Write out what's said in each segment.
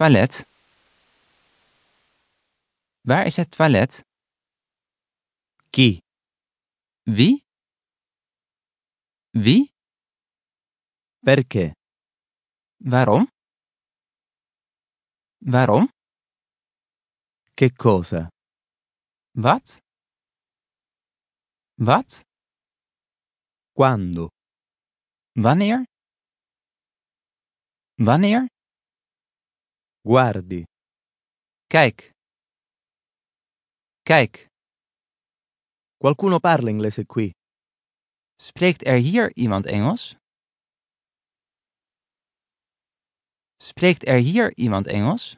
toilet? Waar is het toilet? Chi? Wie? Wie? Perché? Waarom? Waarom? Che cosa? Wat? Wat? Quando? Wanneer? Wanneer? Guardi. Kijk. Kijk, Qualcuno parla inglese qui? spreekt er hier iemand Engels? Spreekt er hier iemand Engels?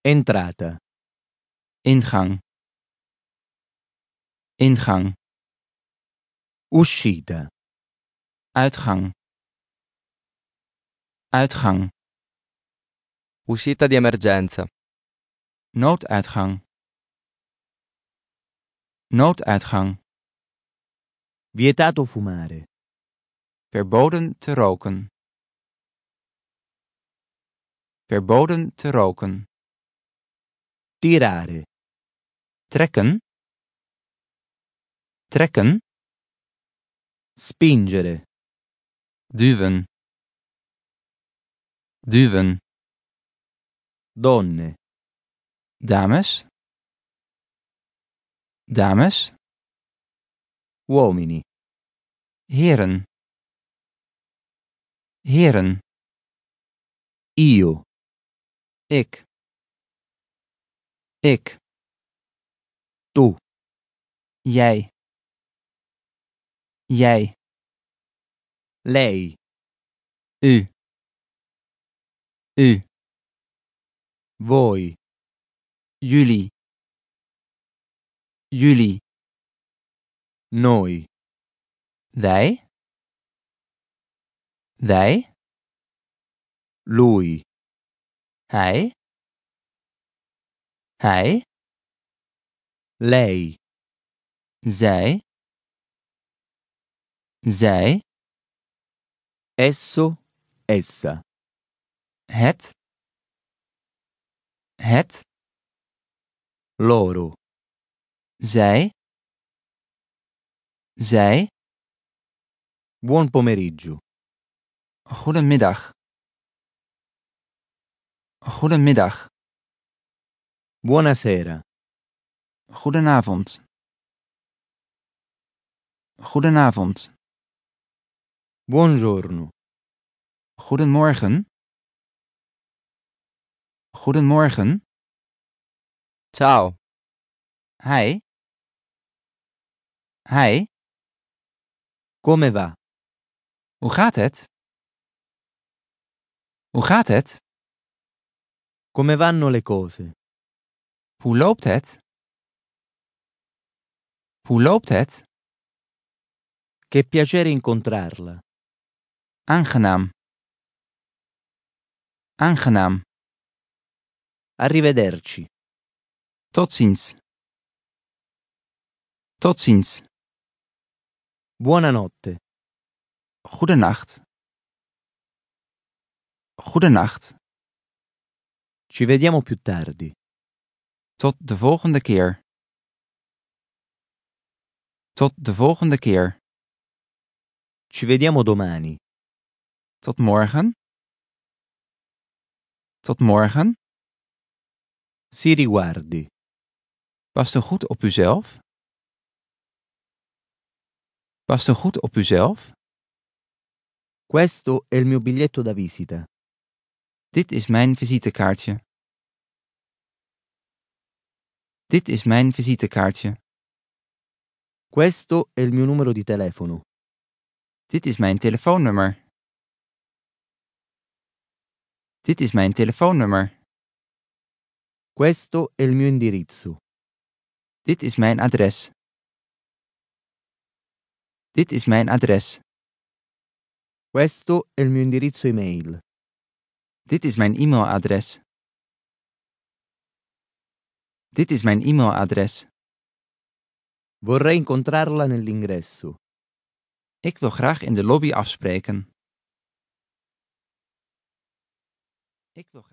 Entrata. Ingang. Ingang. Uscita. Uitgang. Uitgang. Uscita di emergenza. Nooduitgang. Nooduitgang. Vietato fumare. Verboden te roken. Verboden te roken. Tirare. Trekken. Trekken. Spingere. Duwen. Duwen. Donne. Dames. Dames. Uomini. Heren. Heren. Io. Ik. Ik. Tu. Jij. Jij. Lei. U. U. Voi. Jullie. Jullie. Noi. Wij. Wij. Lui. Hij. Hij. Lei. Zij. Zij. Esso. Essa. Het. Het. Loro. Zij. Zij. Buon pomeriggio. Goedemiddag. Goedemiddag. Buonasera. Goedenavond. Goedenavond. Buongiorno. Goedemorgen. Goedemorgen. Ciao. Hij. Hij. Come va? Hoe gaat het? Hoe gaat het? Come vanno le cose? Hoe loopt het? Hoe loopt het? Che piacere incontrarla. Aangenaam. Aangenaam. Arrivederci. Tot ziens. Tot ziens. Buonanotte. Goedenacht. Goedenacht. Ci vediamo più tardi. Tot de volgende keer. Tot de volgende keer. Ci vediamo domani. Tot morgen. Tot morgen. Si riguardi. Past u goed op uzelf? Past u goed op uzelf? Questo è il mio biglietto da visita. Dit is mijn visitekaartje. Dit is mijn visitekaartje. Questo è il mio numero di telefono. Dit is mijn telefoonnummer. Dit is mijn telefoonnummer. Questo è il mio indirizzo. Dit is mijn adres. Dit is mijn adres. Questo è il mio indirizzo email. Dit is mijn e-mailadres. Dit is mijn e-mailadres. Vorrei incontrarla nell'ingresso. Ik wil graag in de lobby afspreken. Ik wil graag.